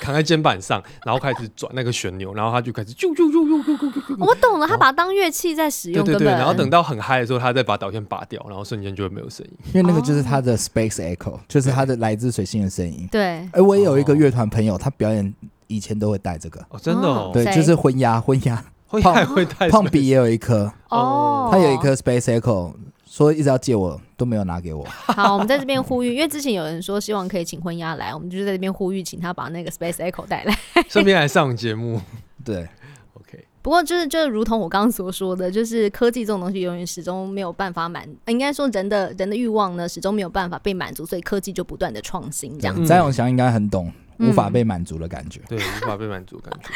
Speaker 3: 扛在肩膀上，然后开始转那个旋钮，然后他就开始啾啾啾啾啾啾啾啾。
Speaker 2: 哦我懂了，他把它当乐器在使
Speaker 3: 对
Speaker 2: 用，
Speaker 3: 哦对
Speaker 2: 根
Speaker 3: 对，
Speaker 2: 本。
Speaker 3: 然后等到很嗨的时候，他再把导线拔掉，然后瞬间就会没有声音。
Speaker 1: 因为那个
Speaker 2: 哦
Speaker 1: 就是它的 Space Echo，就是它的来自水星的声音。
Speaker 2: 对，
Speaker 1: 哎，我也有一个乐团朋友，他表演以前都会带这个，
Speaker 3: 哦，真的哦，
Speaker 1: 对，
Speaker 2: 谁
Speaker 1: 就是婚鸦，婚鸦
Speaker 3: 会
Speaker 1: 胖
Speaker 3: 带会带
Speaker 1: 胖比也有一颗，
Speaker 3: 哦
Speaker 1: 他有一颗 Space Echo，说一直要借我，都没有拿给我。
Speaker 2: 好，我们在这边呼吁，因为之前有人说希望可以请婚鸭来，我们就在这边呼吁，请他把那个 Space Echo 带来。
Speaker 3: 顺便来上节目。
Speaker 1: 对，
Speaker 3: OK，
Speaker 2: 不过就是就是如同我刚刚所说的，就是科技这种东西永远始终没有办法满，呃应该说人的人的欲望呢始终没有办法被满足，所以科技就不断的创新这样。
Speaker 3: 嗯哦
Speaker 1: 詹永祥应该很懂
Speaker 2: 嗯
Speaker 1: 无法被满足的感觉。
Speaker 3: 对，无法被满足的感觉。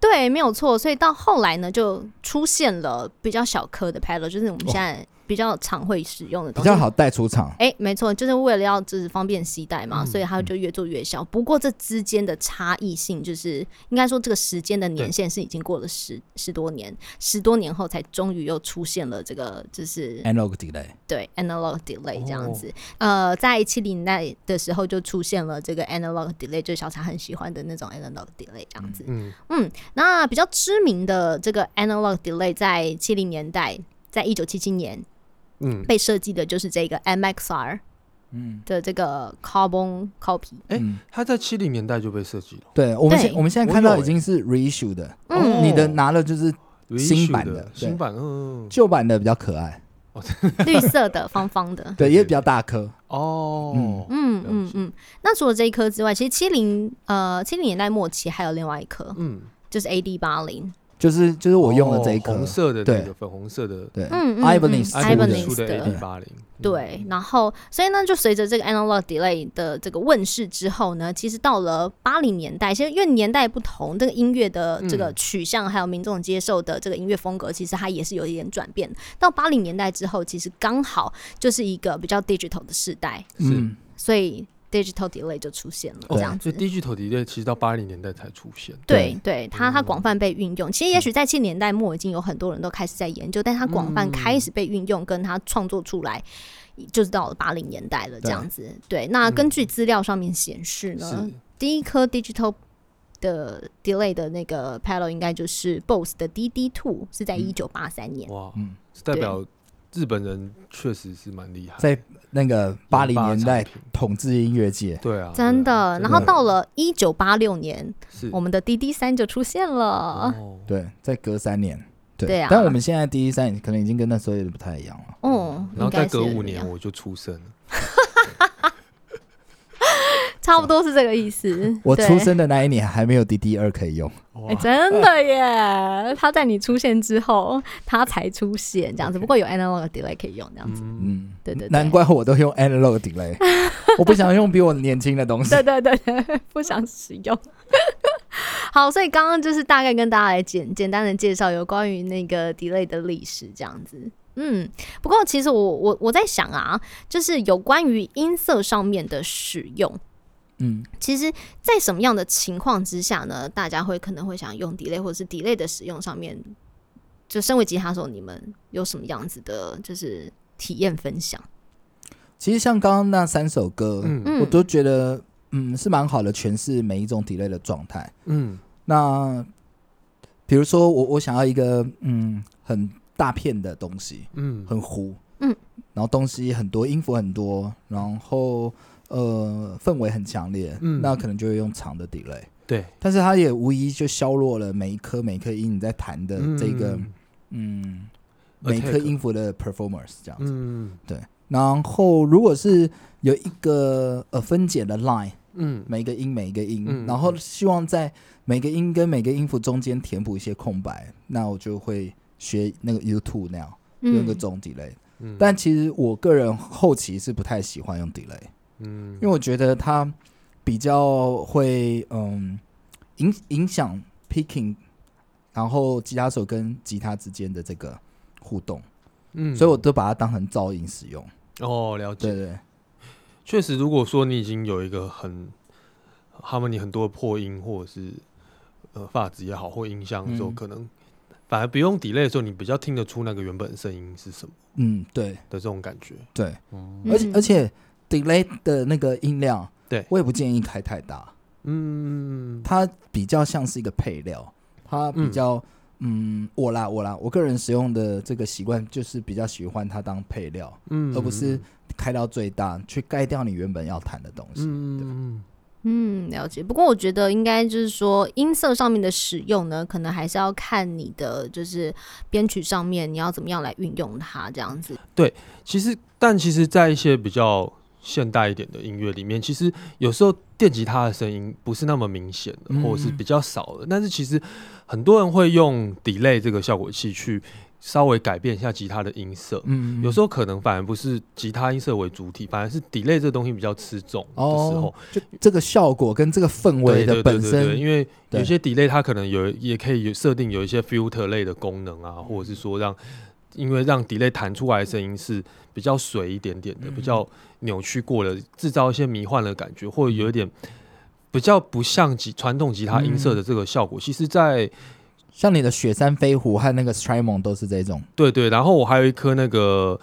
Speaker 2: 对，没有错。所以到后来呢，就出现了比较小颗的 pedal，就是我们现在比较常会使用的
Speaker 1: 比
Speaker 2: 东西
Speaker 1: 较。好带出场，
Speaker 2: 哎，没错，就是为了要就是方便携带嘛，
Speaker 3: 嗯
Speaker 2: 所以它就越做越小。不过这之间的差异性，就是应该说这个时间的年限是已经过了十十多年，十多年后才终于又出现了这个就是
Speaker 1: analog delay，
Speaker 2: 对 analog delay
Speaker 3: 哦
Speaker 2: 这样子。呃，在七零年代的时候就出现了这个 analog delay，就是小茶很喜欢的那种 analog delay 这样子。
Speaker 3: 嗯，
Speaker 2: 嗯，那比较知名的这个 analog delay 在七零年代，在一九七七年
Speaker 3: 嗯，
Speaker 2: 被设计的就是这个 MXR。
Speaker 1: 嗯，
Speaker 2: 的这个 carbon copy。
Speaker 3: 哎
Speaker 1: 嗯
Speaker 3: 他在七零年代就被设计了。
Speaker 1: 对我们
Speaker 2: 对
Speaker 1: 现我们现在看
Speaker 3: 我
Speaker 1: 到
Speaker 3: 有
Speaker 1: 已经是 reissue 的，
Speaker 2: 嗯
Speaker 3: 哦
Speaker 1: 你的拿了就是新版
Speaker 3: reissue
Speaker 1: 的对
Speaker 3: 新版，嗯，嗯
Speaker 1: 旧版的比较可爱，
Speaker 2: 绿色的，方方的。
Speaker 1: 对，
Speaker 3: 对
Speaker 1: 也比较大颗，
Speaker 3: 哦，
Speaker 2: 嗯
Speaker 3: 了解
Speaker 2: 嗯嗯。那除了这一颗之外，其实七零呃七零年代末期还有另外一颗，
Speaker 3: 嗯，
Speaker 2: 就是 AD 八零。
Speaker 1: 就是就是我用的这一
Speaker 3: 哦
Speaker 1: 颗
Speaker 3: 红，色的那
Speaker 1: 对
Speaker 3: 个粉红色的
Speaker 1: 对
Speaker 2: 嗯嗯嗯
Speaker 1: i v a n i s
Speaker 2: 艾 Ibanez
Speaker 3: 出的
Speaker 2: 的
Speaker 3: AD 八零，嗯，
Speaker 2: 对，然后所以呢，就随着这个 analog delay 的这个问世之后呢，其实到了八零年代，其实因为年代不同，这个音乐的这个
Speaker 3: 嗯
Speaker 2: 取向还有民众接受的这个音乐风格，其实它也是有一点转变。到八零年代之后，其实刚好就是一个比较 digital 的时代，
Speaker 1: 嗯，
Speaker 2: 所以 digital delay 就出现了，
Speaker 3: 哦
Speaker 2: 这样子。
Speaker 3: 所以低剧头底类其实到八零年代才出现，
Speaker 2: 对对，它
Speaker 3: 嗯
Speaker 2: 它广泛被运用。其实也许在七年代末已经有很多人都开始在研究，但它广
Speaker 3: 嗯
Speaker 2: 泛开始被运用，跟它创作出来，就是到了八零年代了这样子。对，那根据资料上面显示呢
Speaker 3: 嗯是，
Speaker 2: 第一颗 digital 的 delay 的那个 pedal 应该就是 BOSS 的 DD Two，是在
Speaker 1: 嗯
Speaker 2: 一九八三年。
Speaker 3: 哇
Speaker 1: 嗯，
Speaker 3: 是代表日本人确实是蛮厉害，
Speaker 1: 在那个八零
Speaker 3: 研发
Speaker 1: 年代
Speaker 3: 产品
Speaker 1: 统治音乐界，
Speaker 3: 对啊，
Speaker 2: 真
Speaker 3: 对啊
Speaker 2: 的，然后到了一九八六年，
Speaker 3: 是
Speaker 2: 我们的 DD 三就出现了。
Speaker 3: 哦
Speaker 1: 对，再隔三年，对，
Speaker 2: 对啊
Speaker 1: 但我们现在第一三可能已经跟那时候有点不太一样了，
Speaker 2: 哦，
Speaker 3: 嗯然
Speaker 2: 应
Speaker 3: 后
Speaker 2: 该
Speaker 3: 再
Speaker 2: 是
Speaker 3: 隔
Speaker 2: 有
Speaker 3: 五
Speaker 2: 点
Speaker 3: 年我就出生了，
Speaker 2: 差不多是这个意思。
Speaker 1: 我
Speaker 2: 对
Speaker 1: 出生的那一年还没有 DD 二可以用，
Speaker 2: 哎、真的耶！他在你出现之后，他才出现这样子。不过有 analog delay 可以用这样子。
Speaker 3: 嗯，
Speaker 1: 嗯，
Speaker 2: 对对对
Speaker 1: 难怪我都用 analog delay，我不想用比我年轻的东西
Speaker 2: 对，对对对，不想使用。 好，所以刚刚就是大概跟大家来简简单的介绍有关于那个 delay 的历史这样子。嗯，不过其实我我我在想啊，就是有关于音色上面的使用，
Speaker 1: 嗯，
Speaker 2: 其实，在什么样的情况之下呢？大家会可能会想用 delay，或者是 delay 的使用上面，就身为吉他手，你们有什么样子的，就是体验分享？
Speaker 1: 其实像刚刚那三首歌，
Speaker 3: 嗯
Speaker 2: 嗯
Speaker 1: 我都觉得嗯是蛮好的诠释每一种 delay 的状态。
Speaker 3: 嗯
Speaker 1: 那比如说我我想要一个嗯很大片的东西，
Speaker 3: 嗯，
Speaker 1: 很糊，
Speaker 2: 嗯，
Speaker 1: 然后东西很多，音符很多，然后呃氛围很强烈，
Speaker 3: 嗯
Speaker 1: 那可能就会用长的 delay，
Speaker 3: 对，
Speaker 1: 但是它也无疑就削弱了每一颗每一颗音你在弹的这个
Speaker 3: 嗯
Speaker 1: 嗯
Speaker 3: Attack
Speaker 1: 每一颗音符的 performance 这样子。
Speaker 3: 嗯
Speaker 1: 然后如果是有一个呃分解的 line，
Speaker 3: 嗯
Speaker 1: 每一个音每一个音，
Speaker 3: 嗯
Speaker 1: 然后希望在每个音跟每个音符中间填补一些空白，那我就会学那个 YouTube 那样用个
Speaker 2: 嗯
Speaker 1: 总 delay。
Speaker 3: 嗯，
Speaker 1: 但其实我个人后期是不太喜欢用 delay，
Speaker 3: 嗯
Speaker 1: 因为我觉得它比较会嗯影影响 picking，然后吉他手跟吉他之间的这个互动，
Speaker 3: 嗯
Speaker 1: 所以我都把它当成噪音使用。
Speaker 3: 哦了
Speaker 1: 对
Speaker 3: 解，
Speaker 1: 对，
Speaker 3: 确实，如果说你已经有一个很他们你很多的破音或者是呃发质也好或音箱的时候，
Speaker 1: 嗯
Speaker 3: 可能反而不用 delay 的时候，你比较听得出那个原本的声音是什么
Speaker 1: 嗯，对
Speaker 3: 的这种感觉。
Speaker 1: 对，
Speaker 3: 嗯
Speaker 1: 而且、
Speaker 2: 嗯
Speaker 1: 而且 delay 的那个音量，
Speaker 3: 对
Speaker 1: 我也不建议开太大，
Speaker 3: 嗯
Speaker 1: 它比较像是一个配料，它比较嗯我啦我啦，我个人使用的这个习惯就是比较喜欢它当配料，
Speaker 3: 嗯
Speaker 1: 而不是开到最大去盖掉你原本要弹的东西。
Speaker 3: 嗯
Speaker 2: 嗯，了解。不过我觉得应该就是说，音色上面的使用呢，可能还是要看你的就是编曲上面你要怎么样来运用它，这样子。
Speaker 1: 啊
Speaker 3: 其实，但其实，在一些比较现代一点的音乐里面，其实有时候电吉他的声音不是那么明显的，
Speaker 1: 嗯
Speaker 3: 或者是比较少的。但是其实很多人会用 delay 这个效果器去稍微改变一下吉他的音色。
Speaker 1: 嗯
Speaker 3: 有时候可能反而不是吉他音色为主体，反而是 delay 这东西比较吃重的时候
Speaker 1: 哦，，就这个效果跟这个氛围
Speaker 3: 对
Speaker 1: 的
Speaker 3: 对对
Speaker 1: 本
Speaker 3: 对对
Speaker 1: 身，
Speaker 3: 因为有
Speaker 1: 对
Speaker 3: 些 delay 它可能有也可以有设定有一些 filter 类的功能啊，或者是说让因为让 delay 弹出来的声音是比较水一点点的，
Speaker 1: 嗯
Speaker 3: 比较扭曲过了，制造一些迷幻的感觉，或者有一点
Speaker 1: 嗯
Speaker 3: 比较不像吉传统吉他音色的这个效果。其实在，
Speaker 1: 像你的雪山飞狐和那个 Strymon 都是这 种。
Speaker 3: 对对，然后我还有一颗那个。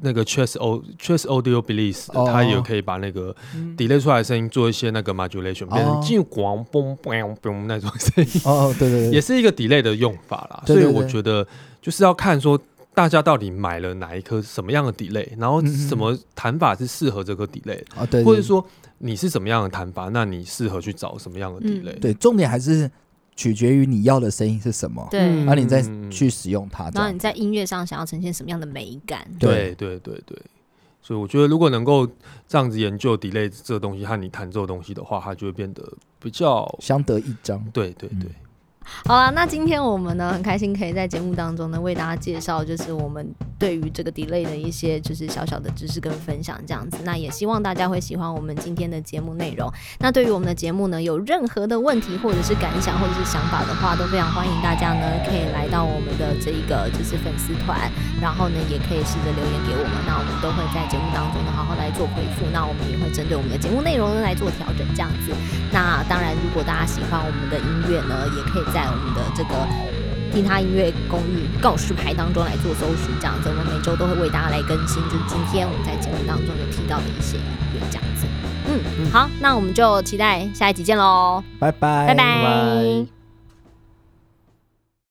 Speaker 3: 那个 Chess O Chess Audio Bliss，的、
Speaker 1: 哦嗯
Speaker 3: 它也可以把那个 delay 出来的声音做一些那个 modulation，、变成
Speaker 1: 哦
Speaker 3: 进广嘣嘣嘣那种声音。
Speaker 1: 哦，对对
Speaker 3: 也
Speaker 1: 对，
Speaker 3: 是一个 delay 的用法啦。
Speaker 1: 对对
Speaker 3: 所以我
Speaker 1: 对
Speaker 3: 觉得就是要看说大家到底买了哪一颗什么样的 delay，然后
Speaker 1: 嗯嗯嗯
Speaker 3: 什么弹法是适合这颗 delay，、
Speaker 1: 哦对，对
Speaker 3: 或者说你是什么样的弹法，那你适合去找什么样的 delay。
Speaker 1: 对，重点还是取决于你要的声音是什么，
Speaker 2: 对，
Speaker 3: 嗯
Speaker 1: 然后你再去使用它。这
Speaker 2: 然后
Speaker 1: 样
Speaker 2: 你在音乐上想要呈现什么样的美感？
Speaker 3: 对对对对。所以我觉得，如果能够这样子研究 delay 这个东西和你弹奏的东西的话，它就会变得比较
Speaker 1: 相得益彰。
Speaker 3: 对对对，
Speaker 2: 好啦，那今天我们呢很开心可以在节目当中呢为大家介绍，就是我们对于这个 delay 的一些就是小小的知识跟分享这样子。那也希望大家会喜欢我们今天的节目内容。那对于我们的节目呢有任何的问题或者是感想或者是想法的话，都非常欢迎大家呢可以来到我们的这一个就是粉丝团，然后呢也可以试着留言给我们，那我们都会在节目当中呢好好来做回复。那我们也会针对我们的节目内容呢来做调整这样子。那当然，如果大家喜欢我们的音乐呢，也可以在我们的这个听他音乐公寓告示牌当中来做搜寻，这样子，我们每周都会为大家来更新，就是今天我们在节目当中有提到的一些音乐这样子。嗯，好，那我们就期待下一集见喽，
Speaker 1: 拜拜，
Speaker 2: 拜拜
Speaker 3: 拜